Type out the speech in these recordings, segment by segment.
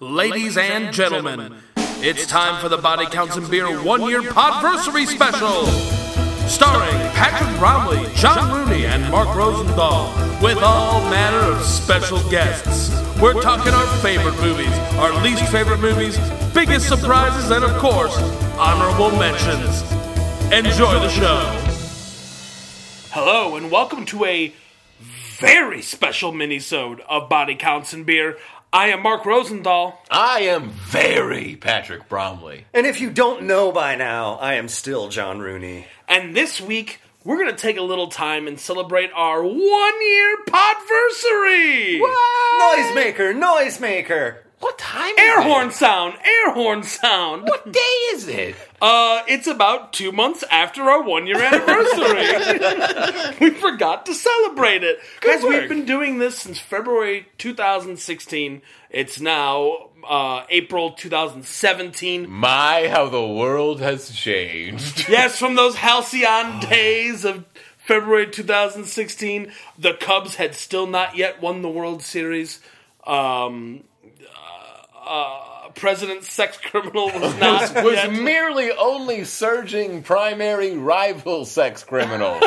Ladies and gentlemen, it's time for the Body Counts and Beer one year podversary special. Starring Patrick Bromley, John Rooney, and Mark Rosendahl, with all manner of special guests. We're talking our favorite movies, our least favorite movies, biggest surprises, and of course, honorable mentions. Enjoy the show. Hello, and welcome to a very special minisode of Body Counts and Beer. I am Mark Rosendahl. I am very Patrick Bromley. And if you don't know by now, I am still John Rooney. And this week, we're going to take a little time and celebrate our one year podversary! Noisemaker, noisemaker. What time Air is horn it? sound! Air horn sound! What day is it? Uh, it's about two months after our one year anniversary. we forgot to celebrate it. Guys, we've work. been doing this since February 2016. It's now uh, April 2017. My, how the world has changed. Yes, from those halcyon days of February 2016, the Cubs had still not yet won the World Series. Um, uh, uh, President Sex Criminal was Was, not. was yet- merely only surging primary rival sex criminal.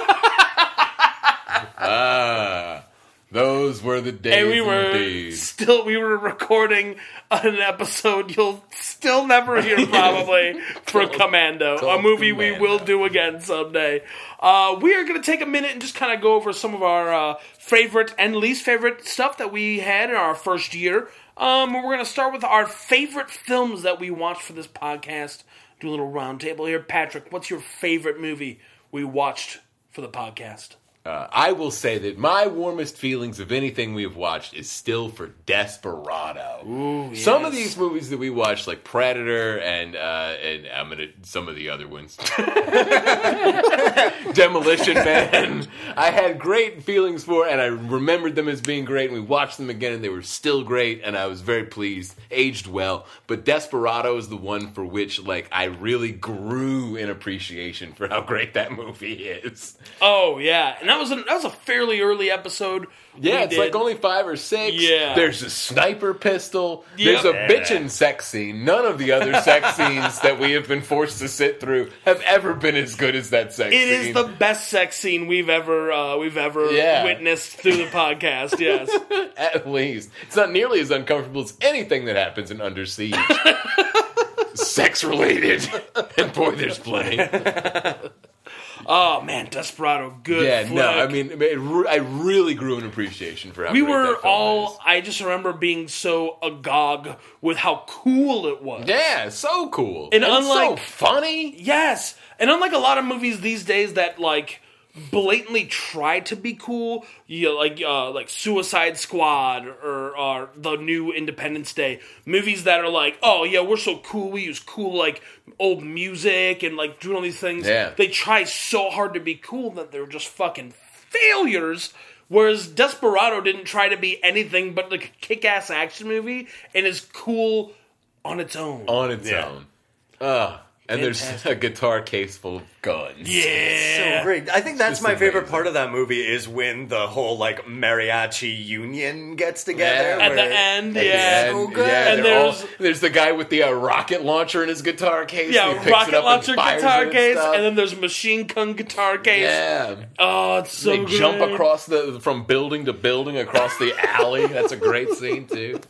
ah, those were the days. and we were indeed. still we were recording an episode you'll still never hear probably for Commando, a called movie we Commando. will do again someday. Uh, we are going to take a minute and just kind of go over some of our uh, favorite and least favorite stuff that we had in our first year. Um, we're going to start with our favorite films that we watched for this podcast. Do a little roundtable here, Patrick. What's your favorite movie we watched for the podcast? Uh, I will say that my warmest feelings of anything we have watched is still for Desperado. Some of these movies that we watched, like Predator, and uh, and I'm gonna some of the other ones, Demolition Man. I had great feelings for, and I remembered them as being great. And we watched them again, and they were still great. And I was very pleased, aged well. But Desperado is the one for which, like, I really grew in appreciation for how great that movie is. Oh yeah, and that was a, that was a fairly early episode. Yeah, we it's did. like only five or six. Yeah. There's a sniper pistol. Yep. There's a bitchin' sex scene. None of the other sex scenes that we have been forced to sit through have ever been as good as that sex It scene. is the best sex scene we've ever uh, we've ever Yeah. witnessed through the podcast. Yes, At least. It's not nearly as uncomfortable as anything that happens in Under Siege. sex related. and boy, there's plenty. oh man, Desperado, good. Yeah, flick. no, I mean, it re- I really grew an appreciation for how we great that were film all. is. I just remember being so agog with how cool it was. Yeah, so cool. And so unlike- funny. Yes, and unlike a lot of movies these days that like blatantly try to be cool, you know, like uh, like Suicide Squad or, or the new Independence Day movies that are like, oh yeah, we're so cool, we use cool like old music and like doing all these things. Yeah. they try so hard to be cool that they're just fucking failures. Whereas Desperado didn't try to be anything but like a kick-ass action movie and is cool on its own. on its own. Ugh. and there's a guitar case full of guns. yeah. So great. I think that's just my favorite amazing. part of that movie is when the whole like mariachi union gets together. Yeah. At At the where- end, And- yeah. yeah, So good. and And there's there's- there's the guy with the uh, rocket launcher in his guitar case. and he Yeah, picks it rocket up and launcher fires it guitar and case, stuff. and then there's machine gun guitar case. yeah, Oh, it's so they good. jump across the from building to building across the alley. That's a great scene too.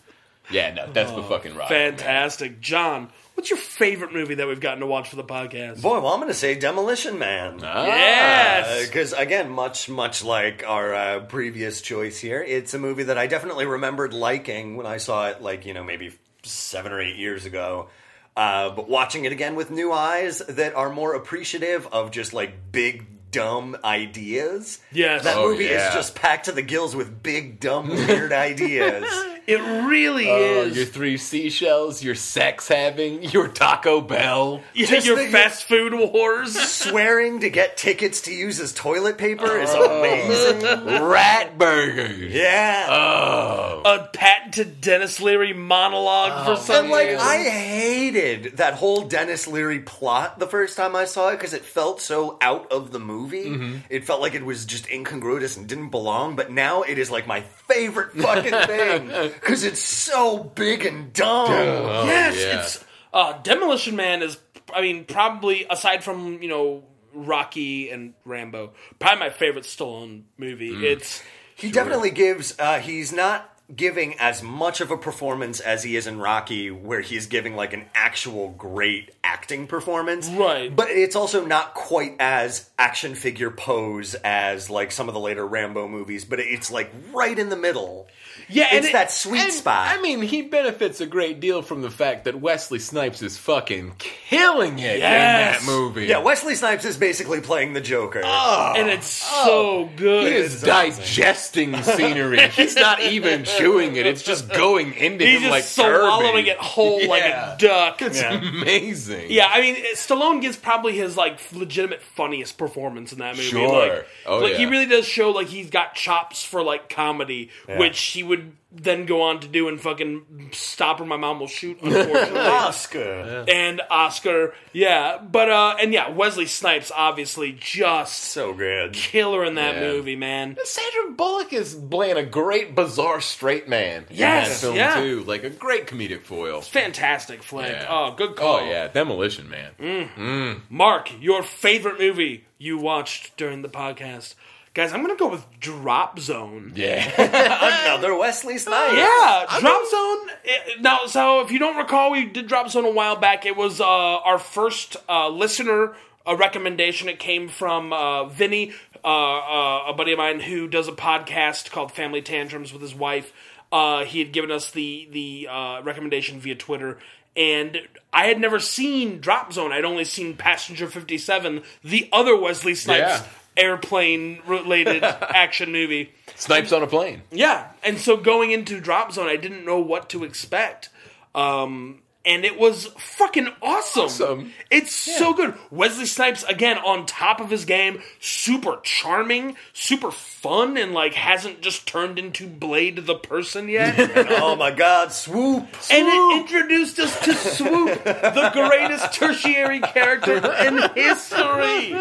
Yeah, no, that's the fucking rock. Oh, Fantastic, John. What's your favorite movie that we've gotten to watch for the podcast? Boy, well, I'm going to say Demolition Man. Ah, yes. Because Uh, again, much much like our uh, previous choice here, it's a movie that I definitely remembered liking when I saw it, like you know maybe seven or eight years ago. Uh, but watching it again with new eyes that are more appreciative of just like big dumb ideas. Yes. that Oh, movie yeah. is just packed to the gills with big dumb weird ideas. it really Oh, is. your three seashells, your sex having, your Taco Bell. Yeah, just your the- fast food wars. Swearing to get tickets to use as toilet paper is amazing. Rat burgers. yeah. Oh. A patented Dennis Leary monologue for some And like reason. I hated that whole Dennis Leary plot the first time I saw it because it felt so out of the movie. Mm-hmm. It felt like it was just incongruous and didn't belong. But now it is like my favorite fucking thing. because it's so big and dumb. Oh, yes, yeah. it's uh, Demolition Man is. I mean, probably aside from you know Rocky and Rambo, probably my favorite Stallone movie. Mm. It's He definitely gives. Uh, he's not giving as much of a performance as he is in Rocky, where he's giving like an actual great acting performance. Right. But it's also not quite as action figure pose as like some of the later Rambo movies. But it's like right in the middle. yeah, and it's it- that sweet And, spot. I mean, he benefits a great deal from the fact that Wesley Snipes is fucking killing it Yes. in that movie. yeah, Wesley Snipes is basically playing the Joker. and it's so good. he is digesting scenery. He's not even chewing it. It's just going into He's him just like swallowing Kirby. it whole like Yeah. a duck. It's yeah. amazing. Yeah, I mean, it- Stallone gives probably his like legitimate funniest performance in that movie. Sure. Like, Oh, like he yeah. really does show like he's got chops for like comedy, which he would then go on to do in fucking Stop or My Mom Will Shoot, unfortunately. Oscar. and Oscar, yeah, but uh, and yeah, Wesley Snipes obviously just So good. killer in that Yeah. movie, man. Sandra Bullock is playing a great bizarre straight man in that Yes, film yeah. too, like a great comedic foil. Fantastic flick. Yeah. Oh, good call. Oh yeah, Demolition Man. Mm. Mark, your favorite movie you watched during the podcast. Guys, I'm gonna go with Drop Zone. Yeah, Another Wesley Snipes. Yeah, Drop Zone. it- now, so if you don't recall, we did Drop Zone a while back. It was uh, our first uh, listener uh, recommendation. It came from uh, Vinny, uh, uh, a buddy of mine who does a podcast called Family Tantrums with his wife. Uh, he had given us the the uh, recommendation via Twitter. And I had never seen Drop Zone. I'd only seen Passenger 57, the other Wesley Snipes airplane related action movie. Snipes on a plane. Yeah, and so going into Drop Zone, I didn't know what to expect. Um, and it was fucking awesome. Awesome. It's so good. Wesley Snipes again on top of his game, super charming, super fun, and like hasn't just turned into Blade the person yet. and Oh my God! Swoop. it introduced us to Swoop, the greatest tertiary character in history.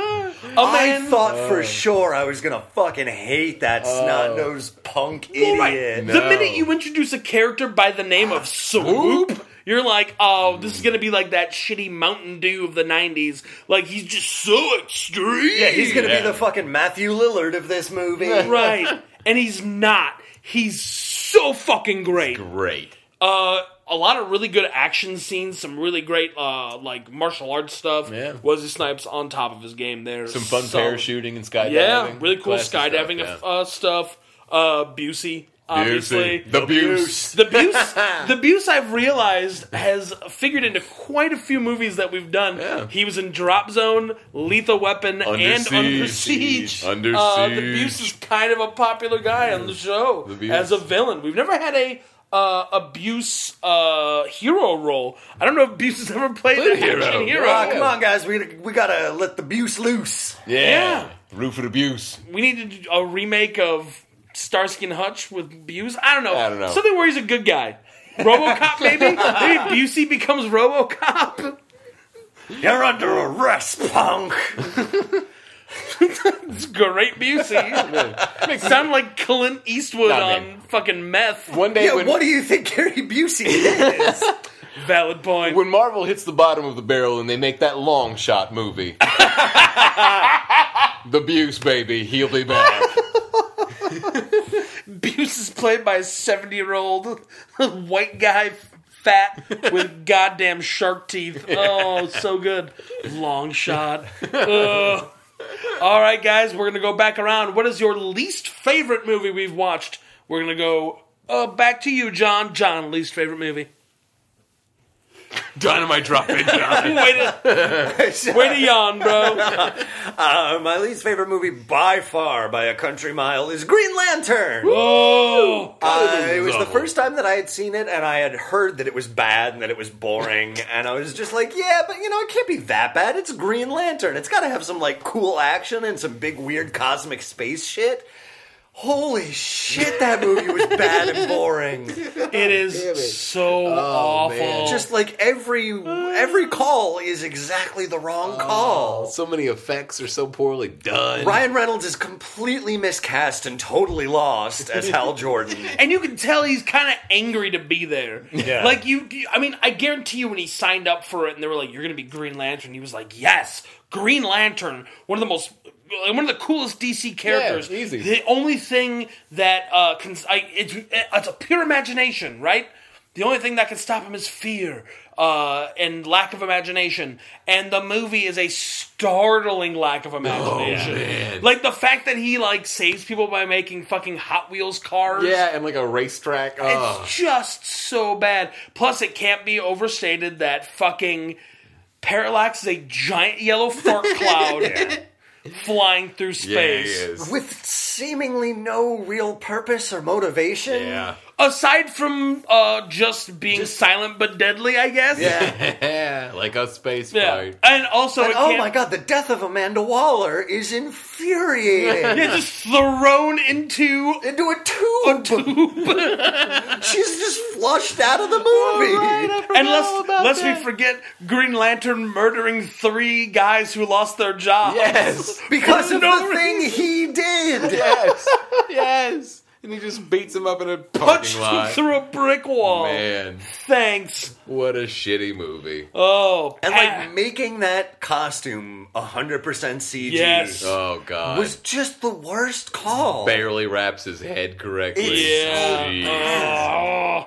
A I man- thought for sure I was gonna fucking hate that snot nosed punk idiot. Right. No. The minute you introduce a character by the name of Swoop, you're like, oh, this is gonna be like that shitty Mountain Dew of the '90s. Like he's just so extreme. Yeah, he's gonna Yeah. be the fucking Matthew Lillard of this movie. right, and he's not. He's so fucking great. Great. Uh, a lot of really good action scenes, some really great uh, like martial arts stuff. Yeah. Wesley Snipes on top of his game there. Some fun Solid. parachuting and skydiving. Yeah, really cool Classic stuff, skydiving yeah. uh, stuff. Uh, Busey, obviously. Busey. The Buse. The Buse, the Buse, I've realized has figured into quite a few movies that we've done. Yeah. He was in Drop Zone, Lethal Weapon, Under and Under Siege. Siege. Under Uh, the Siege. Buse is kind of a popular guy on the show The Buse. as a villain. We've never had a uh, abuse uh, hero role. I don't know if Buse has ever played Played an a hero. action hero. Ah, come on, guys, we we gotta let the abuse loose. Yeah. Yeah. Roof of abuse. We need to do a remake of Starsky and Hutch with Buse. I don't know. I don't know. Something where he's a good guy. RoboCop, maybe. maybe Busey becomes RoboCop. You're under arrest, punk. It's great Busey. Makes sound like Clint Eastwood Nah, on man. fucking meth. One day Yeah, when what do you think Gary Busey is? Valid point. when Marvel hits the bottom of the barrel and they make that long shot movie. the Buse baby, he'll be back. Buse is played by a seventy-year-old white guy, fat with goddamn shark teeth. Oh, so good. Long shot. Ugh. All right, guys, we're gonna go back around. What is your least favorite movie we've watched? We're gonna go uh, back to you, John. John, least favorite movie. Dynamite drop it, John. Way to, way to yawn, bro. Uh, my least favorite movie by far, by a country mile, is Green Lantern. Oh, Uh, it was the level. first time that I had seen it, and I had heard that it was bad and that it was boring, and I was just like, "Yeah, but you know, it can't be that bad. It's Green Lantern. It's got to have some like cool action and some big weird cosmic space shit." Holy shit, that movie was bad and boring. It is Damn it. so awful. man. Just like every every call is exactly the wrong call. So many effects are so poorly done. Ryan Reynolds is completely miscast and totally lost as Hal Jordan. and you can tell he's kind of angry to be there. Yeah. Like you, you- I mean, I guarantee you when he signed up for it, and they were like, "You're gonna be Green Lantern," he was like, "Yes, Green Lantern, one of the most." One of the coolest DC characters. Yeah, easy. The only thing that uh, can I, it's, it's a pure imagination, right? The only thing that can stop him is fear uh, and lack of imagination. And the movie is a startling lack of imagination. Oh, man. Like the fact that he like saves people by making fucking Hot Wheels cars. Yeah, and like a racetrack. Oh. It's just so bad. Plus, it can't be overstated that fucking Parallax is a giant yellow fart cloud flying through yeah, it space. is. With seemingly no real purpose or motivation. Yeah. Aside from uh, just being silent but deadly, I guess. Yeah. like a space Yeah. fight. And also, And it oh can't- my god, the death of Amanda Waller is infuriating. It's just thrown into Into a tube. She's just flushed out of the movie. and let's let's we forget Green Lantern murdering three guys who lost their jobs. Yes. because of No the thing he did. yes. Yes. And he just beats him up in a Punched parking him lot. through a brick wall. Man, Thanks. what a shitty movie. Oh, And Pat. like making that costume 100% CG Yes. Oh god. was just the worst call. barely wraps his head correctly. Yeah. Jeez.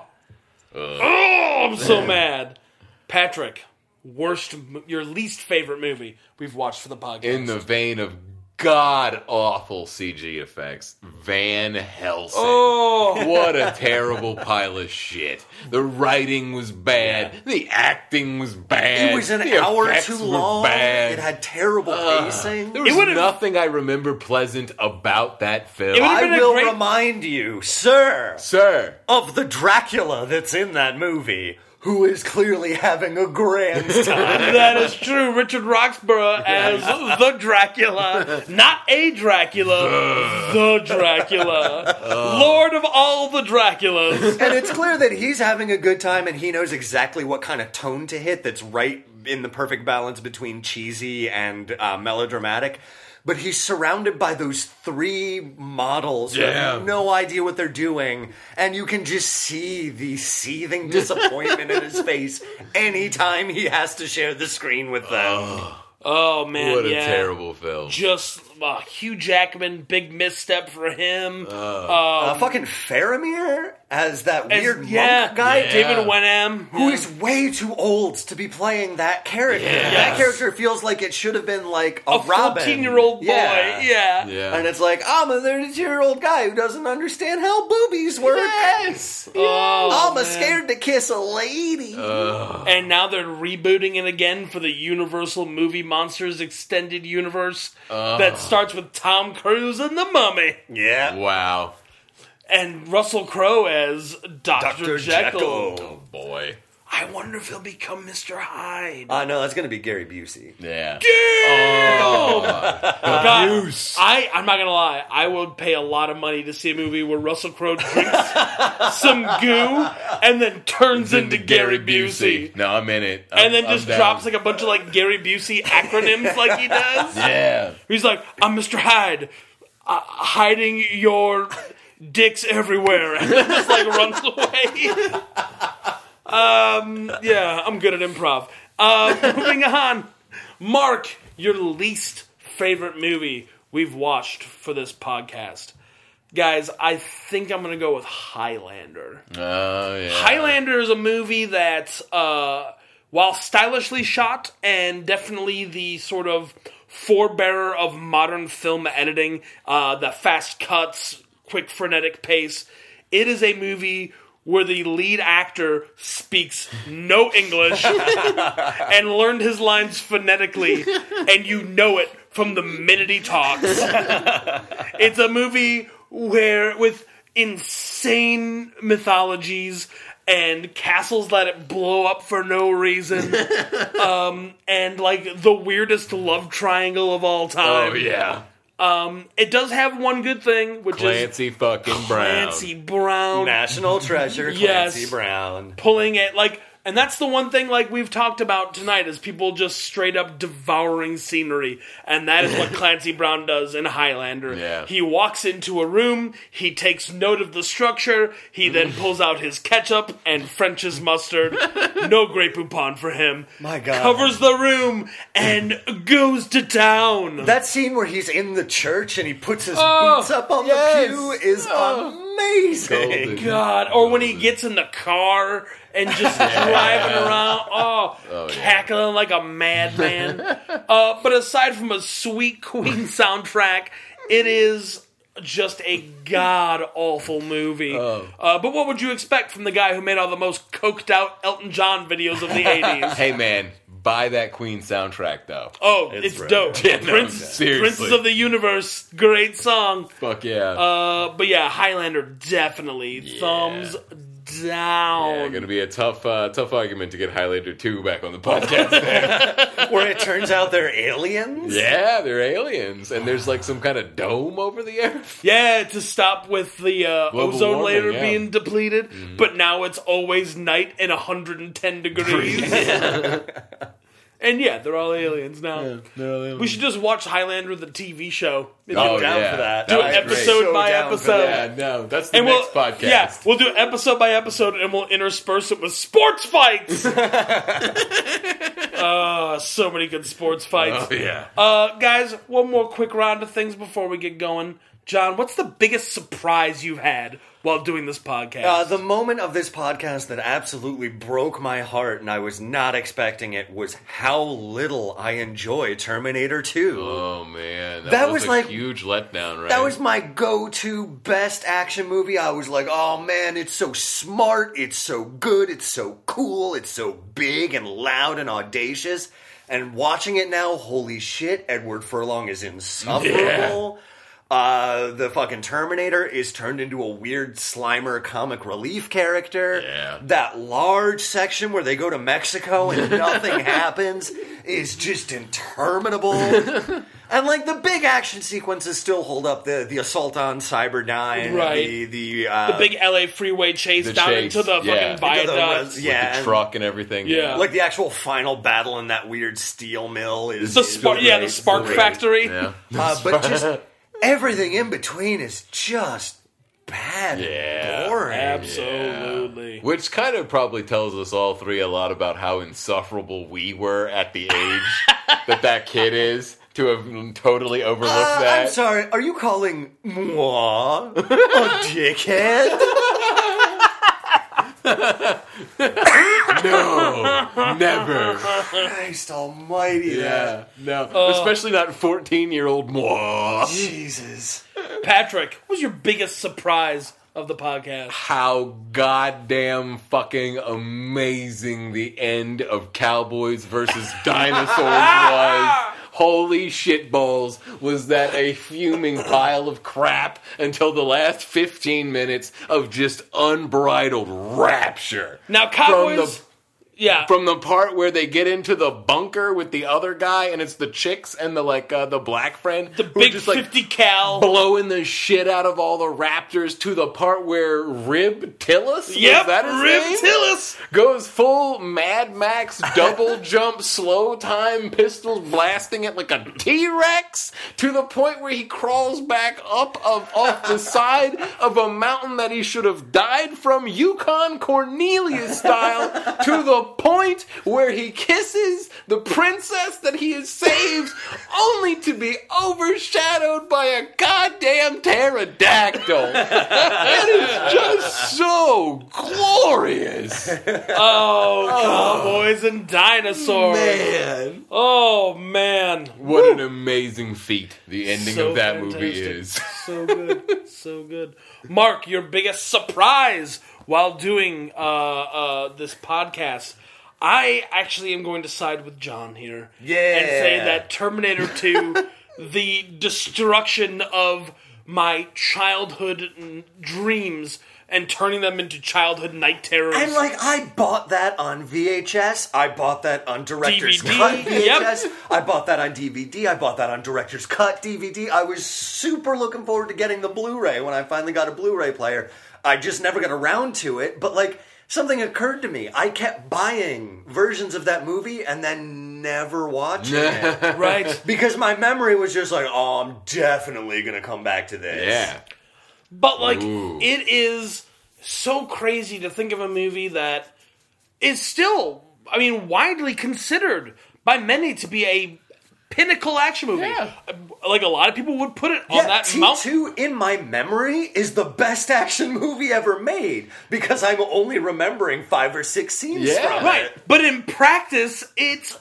Oh. Oh, I'm so mad. Patrick, worst, m- your least favorite movie we've watched for the podcast. In the vein of god awful CG effects, Van Helsing. oh, What a terrible pile of shit. The writing was bad. The acting was bad. it was an the hour effects too were long. Bad. It had terrible pacing. there was would've- nothing I remember pleasant about that film. It would've I been a will great- remind you, sir, Sir, of the Dracula that's in that movie, who is clearly having a grand time. that is true. Richard Roxburgh as the Dracula, not a Dracula, the Dracula, Oh. Lord of all the Draculas. and it's clear that he's having a good time and he knows exactly what kind of tone to hit that's right in the perfect balance between cheesy and uh, melodramatic. But he's surrounded by those three models who have Yeah. no idea what they're doing, and you can just see the seething disappointment in his face anytime he has to share the screen with them. Oh man, what a yeah. terrible film. Just uh, Hugh Jackman, big misstep for him. uh, fucking Faramir as that As- weird yeah, monk guy. David Wenham, who is way too old to be playing that character. Yes. That character feels like it should have been like a, a fourteen-year-old boy. Yeah. yeah. And it's like, I'm a 32 year old guy who doesn't understand how boobies work. yes. Oh, I'm a scared to kiss a lady. And now they're rebooting it again for the Universal Movie Monsters Extended Universe that starts with Tom Cruise and the Mummy yeah. Wow. and Russell Crowe as Dr. Dr. Jekyll. Jekyll. Oh boy. I wonder if he'll become Mr. Hyde. Uh, no, that's going to be Gary Busey. Yeah. Oh, God, I, I'm not going to lie. I would pay a lot of money to see a movie where Russell Crowe drinks some goo and then turns into, Gary Busey. No, I'm in it. I'm- And then I'm just down. drops like a bunch of like Gary Busey acronyms like he does. Yeah. He's like, I'm Mr. Hyde, uh, hiding your dicks everywhere, and then just like runs away. um, yeah, I'm good at improv. Uh, moving on, Mark, your least favorite movie we've watched for this podcast, guys. I think I'm gonna go with Highlander. Oh yeah. Highlander is a movie that, uh, while stylishly shot and definitely the sort of forebearer of modern film editing, uh, the fast cuts, quick frenetic pace, it is a movie where the lead actor speaks no English and learned his lines phonetically, and you know it from the minute he talks it's a movie where with insane mythologies and castles that it blow up for no reason um, and like the weirdest love triangle of all time Oh yeah. Um, it does have one good thing, which is Clancy fucking Brown. Clancy Brown National treasure, Yes. Clancy Brown. pulling it like. And that's the one thing like we've talked about tonight is people just straight up devouring scenery, and that is what Clancy Brown does in Highlander. Yeah. He walks into a room, he takes note of the structure, he then pulls out his ketchup and French's mustard, no Grey Poupon for him. My God. Covers the room and goes to town. That scene where he's in the church and he puts his Oh, boots up on yes. the pew is amazing. Golden. God, or when he gets in the car and just driving around, oh, cackling like a madman. uh, but aside from a sweet Queen soundtrack, it is just a god awful movie. Oh. Uh, but what would you expect from the guy who made all the most coked out Elton John videos of the 80s? Hey man, buy that Queen soundtrack though. Oh, it's, rad. dope. Yeah, no, Prince, seriously. Princes of the Universe, great song. Fuck yeah. Uh, but yeah, Highlander definitely thumbs down. yeah, gonna be a tough, uh, tough argument to get Highlander two back on the podcast. Where it turns out they're aliens. yeah, they're aliens, and there's like some kind of dome over the earth. Yeah, to stop with the uh, Global ozone warming, layer yeah. Mm-hmm. being depleted, but now it's always night and 110 degrees. and yeah, they're all aliens now. We should just watch Highlander the TV show. Oh, down yeah. for that. Do do That would be great. episode So by down for episode. that. Yeah, no, that's the And we'll, next podcast. yeah, we'll do episode by episode, and we'll intersperse it with sports fights. uh, so many good sports fights. Oh, yeah. Uh, guys, one more quick round of things before we get going. John, what's the biggest surprise you've had while doing this podcast? Uh, the moment of this podcast that absolutely broke my heart and I was not expecting it was how little I enjoy Terminator 2. oh man, that, That was, was a like- huge letdown, right? That was my go-to best action movie. I was like, "Oh man, it's so smart, it's so good, it's so cool, it's so big and loud and audacious." And watching it now, holy shit, Edward Furlong is insufferable. Uh, the fucking Terminator is turned into a weird Slimer comic relief character. Yeah. That large section where they go to Mexico and nothing happens is just interminable. And like the big action sequences still hold up. The the assault on Cyberdyne, Right. The the, uh, the big LA freeway chase The down chase, into the yeah. fucking the- the- viaduct. yeah, and, truck and everything. Yeah. like the actual final battle in that weird steel mill is the is spark, yeah, the great. spark Great. factory. yeah, Uh, but just everything in between is just bad, and Yeah. boring. Absolutely. Which kind of probably tells us all three a lot about how insufferable we were at the age that that kid is to have totally overlooked Uh, that. I'm sorry. Are you calling moi a dickhead? No, never. Christ Almighty! Yeah, that- no. Uh. Especially not 14 year old moi. Jesus. Patrick, what was your biggest surprise of the podcast? How goddamn fucking amazing the end of Cowboys versus Dinosaurs was. Holy shit balls, was that a fuming pile of crap until the last 15 minutes of just unbridled rapture. Now, From Cowboys. the- yeah. from the part where they get into the bunker with the other guy and it's the chicks and the like uh, the black friend the who are big just, 50 cal. blowing the shit out of all the raptors to the part where Rib Tillis Yep, was that his Rip name? Tillis. goes full Mad Max double jump slow time pistol blasting it like a T-Rex to the point where he crawls back up of off the side of a mountain that he should have died from Yukon Cornelius style to the point where he kisses the princess that he has saved only to be overshadowed by a goddamn pterodactyl. It is just so glorious. Oh, cowboys and dinosaurs. Man. Oh, man. What an amazing feat the ending So of that movie fantastic. is. So good. so good. Mark, your biggest surprise while doing uh, uh, this podcast. I actually am going to side with John here. Yeah. And say that Terminator 2, the destruction of my childhood n- dreams and turning them into childhood night terrors. And like I bought that on VHS, I bought that on director's DVD, cut yep. VHS, I bought that on DVD, I bought that on director's cut DVD. I was super looking forward to getting the Blu-ray when I finally got a Blu-ray player. I just never got around to it, but like something occurred to me. I kept buying versions of that movie and then never watching it. right. Because my memory was just like, oh, I'm definitely gonna come back to this. Yeah. But like Ooh. it is so crazy to think of a movie that is still I mean widely considered by many to be a pinnacle action movie. Uh, Yeah. Like a lot of people would put it on Yeah, that T2 mountain. in my memory is the best action movie ever made because I'm only remembering five or six scenes Yeah. from Right. it. But in practice it's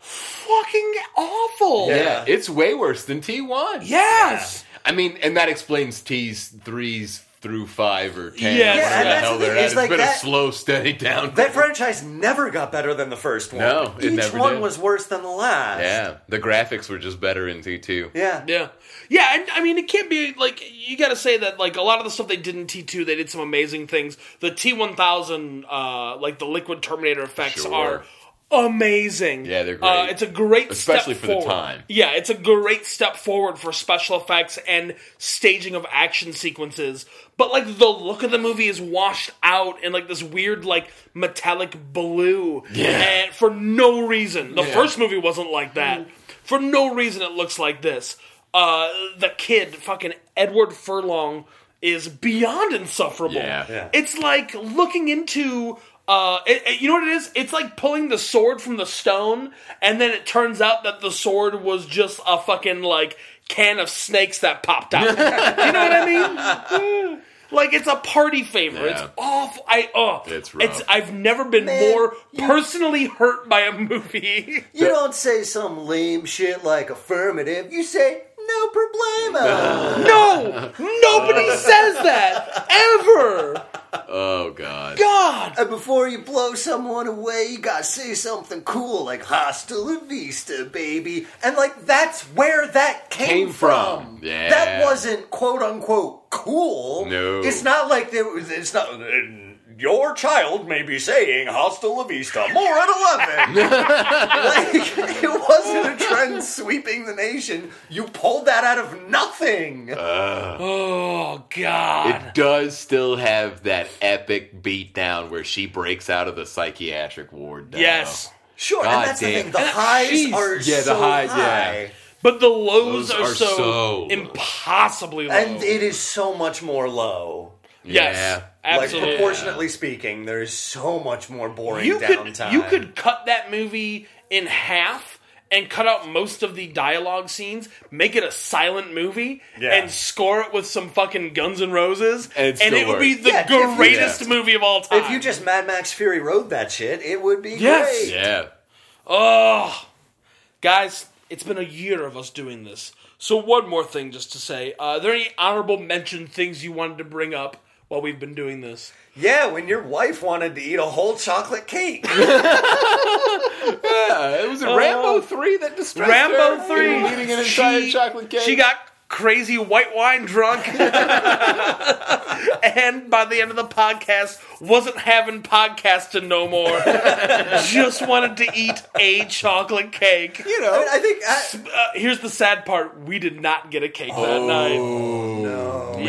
fucking awful. Yeah. It's way worse than T1. Yes. I mean, and that explains T's threes through five or ten. Yeah, or whatever and the that's hell the they're thing, at. is It's like been that- a slow, steady down. That franchise never got better than the first one. No, it Each never one did. was worse than the last. yeah, the graphics were just better in T2. Yeah. Yeah. Yeah, and I mean it can't be like you gotta say that like a lot of the stuff they did in T two, they did some amazing things. The T one thousand uh like the liquid terminator effects Sure. are amazing. Yeah, they're Uh, great. it's a great Especially step for the forward. time. Yeah, it's a great step forward for special effects and staging of action sequences. But like the look of the movie is washed out in like this weird like metallic blue and for no reason. The first movie wasn't like that. For no reason it looks like this. Uh the kid fucking Edward Furlong is beyond insufferable. Yeah. Yeah. It's like looking into. Uh, it- it- you know what it is? It's like pulling the sword from the stone, and then it turns out that the sword was just a fucking like can of snakes that popped out. you know what I mean? Like it's a party favor. It's Yeah. awful. I oh, It's rough. I've never been Man, more you- personally hurt by a movie. You don't say some lame shit like affirmative. You say no problemo. no, nobody says that ever. Oh god. God, and before you blow someone away, you gotta say something cool like hasta la vista, baby. And like that's where that came, Came from. Yeah. That wasn't quote unquote cool. No. It's not like there was it's not "And your child may be saying hasta la vista more at 11. like, it wasn't a trend sweeping the nation. You pulled that out of nothing. Uh, oh God. It does still have that epic beatdown where she breaks out of the psychiatric ward. Though. Yes. Sure, God and that's the damn. thing. The highs Jeez. are Yeah, the so highs, yeah. high, But the lows, Those are, are so, so- impossibly low. Um, and it is so much more low. yes, Yeah. absolutely. Like proportionately speaking, there is so much more boring you could downtime. you could cut that movie in half and cut out most of the dialogue scenes, make it a silent movie, Yeah. and score it with some fucking Guns N' Roses, And it still it would be works. the Yeah, if you- greatest Yeah. movie of all time. if you just Mad Max Fury Road that shit, it would be Yes. great. Yeah. Oh, guys, it's been a year of us doing this. So one more thing, just to say, uh, are there any honorable mention things you wanted to bring up while we've been doing this? Yeah, when your wife wanted to eat a whole chocolate cake. Yeah. It was a Rambo three that distressed Rambo her. three. eating an entire She- chocolate cake. She got crazy white wine drunk, and by the end of the podcast, wasn't having podcasting no more. Just wanted to eat a chocolate cake. you know, I, think I, Uh, here's the sad part: we did not get a cake that night. Oh no. Yeah.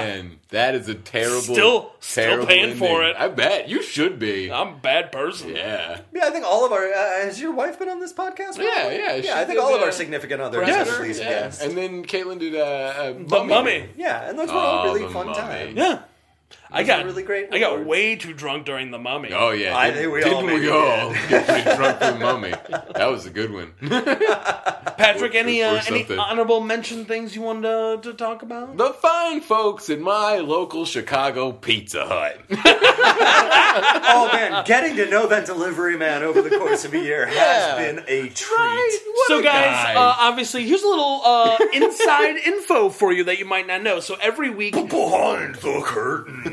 man, that is a terrible. Still- still terrible paying for ending. it. I bet you should be. I'm a bad person. yeah. yeah, I think all of our uh, has your wife been on this podcast? Yeah, yeah, she yeah. I did, think all of uh, our significant others Yes. have at least yeah. guests. And then Caitlin did uh, uh, The mummy. yeah, and those were all Oh, really the fun mummy. times. Yeah. I got really great I got rewards. way too drunk during the mummy. Oh yeah, I didn't, think we didn't all we maybe all did. get pretty drunk for the mummy? That was a good one. Patrick, any or uh, any something. honorable mention things you wanted to, to talk about? The fine folks at my local Chicago Pizza Hut. Oh man, getting to know that delivery man over the course of a year Yeah. has been a treat. so, a guys, guy. uh, obviously, here's a little uh, inside info for you that you might not know. So every week, Behind the curtain,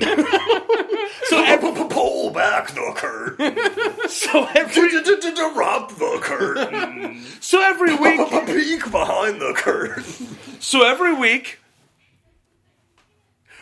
so every, pull back the curtain, so every drop the curtain, so every week, peek behind the curtain. so every week,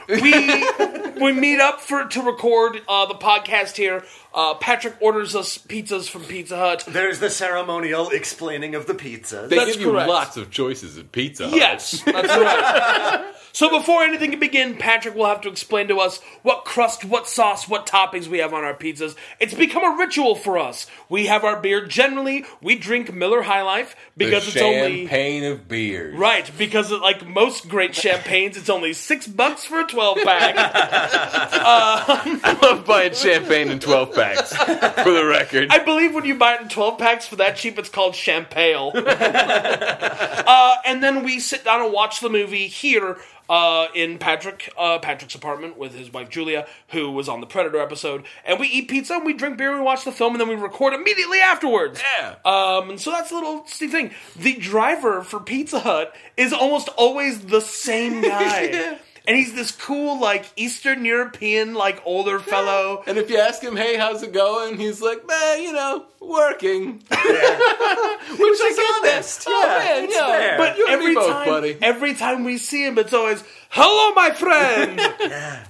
we we meet up for to record uh, the podcast here. Uh, Patrick orders us pizzas from Pizza Hut. There's the ceremonial explaining of the pizza. They That's give you correct. lots of choices at Pizza Hut. Yes, that's right. so before anything can begin, Patrick will have to explain to us what crust, what sauce, what toppings we have on our pizzas. It's become a ritual for us. We have our beer generally. We drink Miller High Life The because it's only champagne of beers. Right, because like most great champagnes, it's only six bucks for a twelve pack. Love buying champagne in 12 packs, for the record. I believe when you buy it in twelve packs for that cheap, it's called champagne. uh, and then we sit down and watch the movie here uh, in Patrick uh, Patrick's apartment with his wife Julia, who was on the Predator episode. And we eat pizza and we drink beer and we watch the film, and then we record immediately afterwards. Yeah. Uh, Um, and so that's a little steep thing. The driver for Pizza Hut is almost always the same guy. And he's this cool, like, Eastern European, like, older fellow. and if you ask him, hey, how's it going? He's like, man, you know, working. Which is Oh, honest. honest. Yeah, it's fair. But you and me every both, time, buddy. every time we see him, it's always, "Hello, my friend."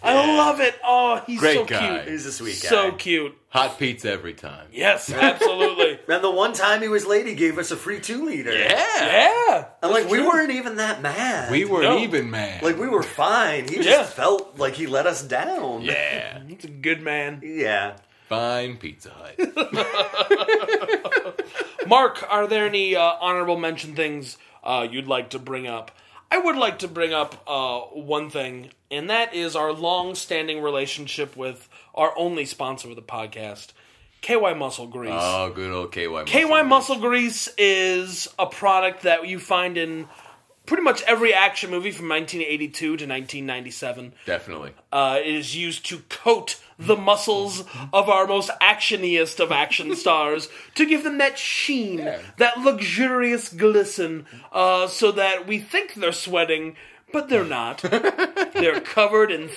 I love it. Oh, he's Great so guy. cute. He's a sweet guy. So cute. Hot pizza every time. Yes, absolutely. And the one time he was late, he gave us a free two liter. yeah. And like we weren't even that mad. We were No. even mad. like we were fine. He Yeah. just felt like he let us down. yeah. He's a good man. Yeah. Fine Pizza Hut. Mark, are there any uh, honorable mention things uh, you'd like to bring up? I would like to bring up uh, one thing, and that is our long-standing relationship with our only sponsor of the podcast, KY Muscle Grease. Oh, good old KY Muscle. KY Muscle Grease is a product that you find in pretty much every action movie from 1982 to 1997. Definitely. Uh, it is used to coat the muscles of our most actioniest of action stars to give them that sheen, that luxurious glisten, uh, so that we think they're sweating, but they're not. they're covered in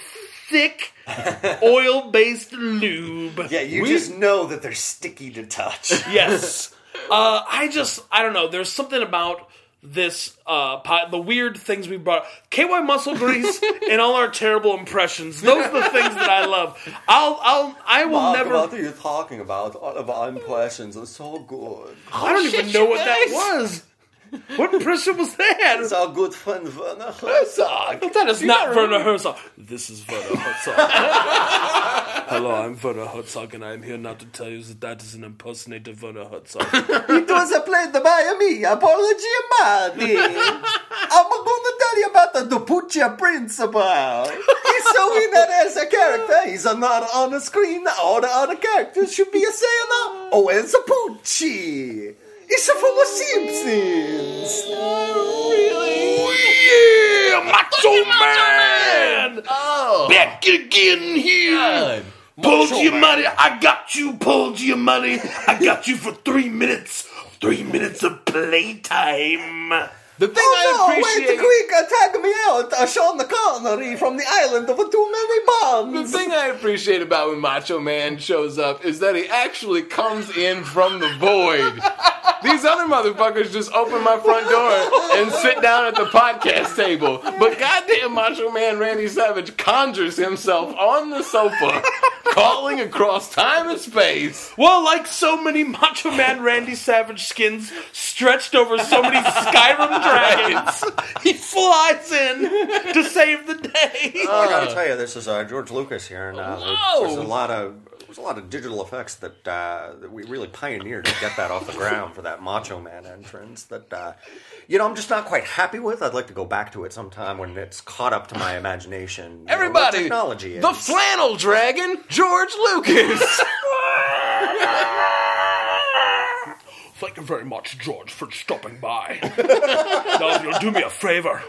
thick, oil based lube. Yeah, you just know that they're sticky to touch. Yes. Uh, I just, I don't know. There's something about this, uh, po- the weird things we brought. KY muscle grease and all our terrible impressions. Those are the things that I love. I'll, I'll, I will never. you're talking about. All of our impressions are so good. I don't even know what that was. What impression was that? our good friend Werner That is not Werner Herzog. This is Werner Herzog. Hello, I'm Werner Herzog, and I'm here now to tell you that that is an impersonator of Werner Herzog. It was a play the Miami Apology Marty. I'm going to tell you about the Dupucha principle. He's so in that as a character. He's not on the screen. All the other characters should be a sailor Oh, or as a Pucci. It's from The Simpsons. Oh, Yeah, Macho Man! Oh, Back again here! God. Pulled your money, I got you, pulled your money, I got you for three minutes. Three minutes of playtime. The thing Oh I no, appreciate. wait, quick, uh, tag me out. Uh, Sean Connery from the island of too many The bombs. thing I appreciate about when Macho Man shows up is that he actually comes in from the void. These other motherfuckers just open my front door and sit down at the podcast table. But goddamn Macho Man Randy Savage conjures himself on the sofa, calling across time and space. Well, like so many Macho Man Randy Savage skins stretched over so many Skyrim dragons, he flies in to save the day. I gotta tell you, this is uh, George Lucas here, and uh, Whoa! there's, there's a lot of there's a lot of digital effects that, uh, that we really pioneered to get that off the ground for that Macho Man entrance. That uh, you know, I'm just not quite happy with. I'd like to go back to it sometime when it's caught up to my imagination. you know, what Everybody, technology is. the flannel dragon, George Lucas. Thank you very much, George, for stopping by. now, if you'll do me a favor,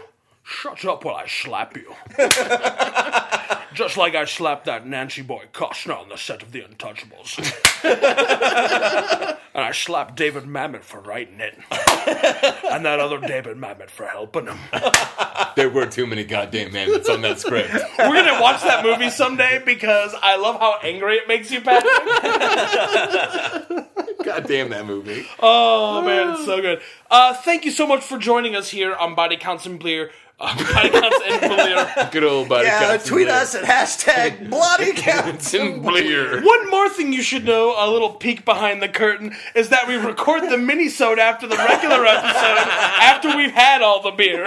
shut up while I slap you. Just like I slapped that Nancy Boy Costner on the set of The Untouchables. and I slapped David Mamet for writing it. and that other David Mamet for helping him. there were too many goddamn mammoths on that script. We're going to watch that movie someday because I love how angry it makes you, Patrick. Goddamn that movie. Oh man, it's so good. Uh, thank you so much for joining us here on Body Counts and Beer. Body counts and Blair. Good old body Yeah, counts. tweet us at hashtag bloody counts. And Blair. One more thing you should know, a little peek behind the curtain, is that we record the minisode after the regular episode, after we've had all the beer.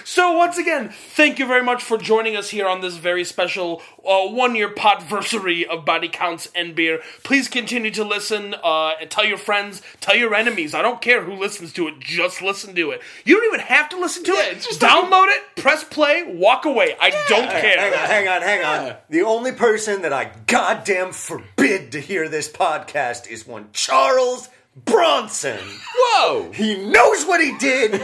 so once again, thank you very much for joining us here on this very special uh, one-year podversary of Body Counts and Beer. Please continue to listen. Uh, and tell your friends, tell your enemies. I don't care who listens to it. Just listen to it. You don't even have to listen to it. Just download it, press play, walk away. I don't care. Hang on, hang on, hang on. The only person that I goddamn forbid to hear this podcast is one Charles Bronson. Whoa! He knows what he did.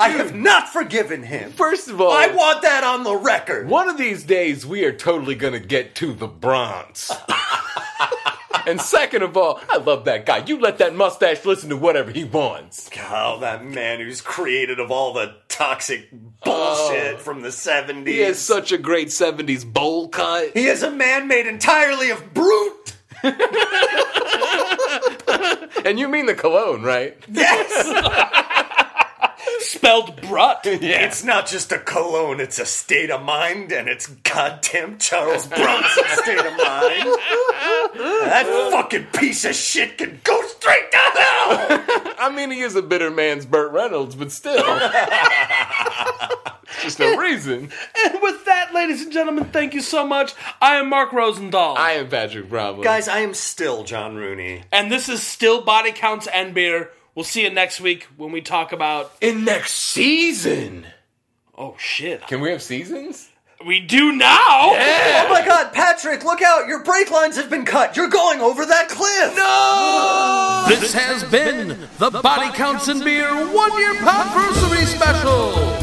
I have not forgiven him. First of all, I want that on the record. one of these days we are totally gonna get to the Bronx. and second of all, I love that guy. You let that mustache listen to whatever he wants. Oh, that man who's created of all the toxic bullshit from the 70s. Oh. He has such a great 70s bowl cut. He is a man made entirely of brute. And you mean the cologne, right? Yes! Spelled brut. It's not just a cologne, it's a state of mind, and it's goddamn Charles Bronson's state of mind. That fucking piece of shit can go straight to hell! I mean, he is a bitter man's Burt Reynolds, but still. It's Just no reason. And with that, ladies and gentlemen, thank you so much. I am Mark Rosendahl. I am Patrick Bravo. Guys, I am still John Rooney. and this is Still Body Counts and Beer. We'll see you next week when we talk about. in next season. Oh, shit. Can we have seasons? We do now? Oh my god, Patrick, look out! Your brake lines have been cut! You're going over that cliff! No! This has been the Body Counts and Beer One Year Podversary Special.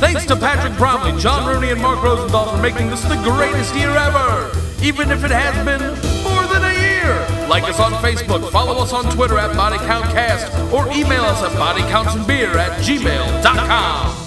Thanks to Patrick Bromley, John Rooney, and Mark Rosenthal for making this the greatest year ever, even if it has been more than a year. Like us on Facebook, follow us on Twitter at BodyCountCast, or email us at BodyCountsandBeer at gmail.com.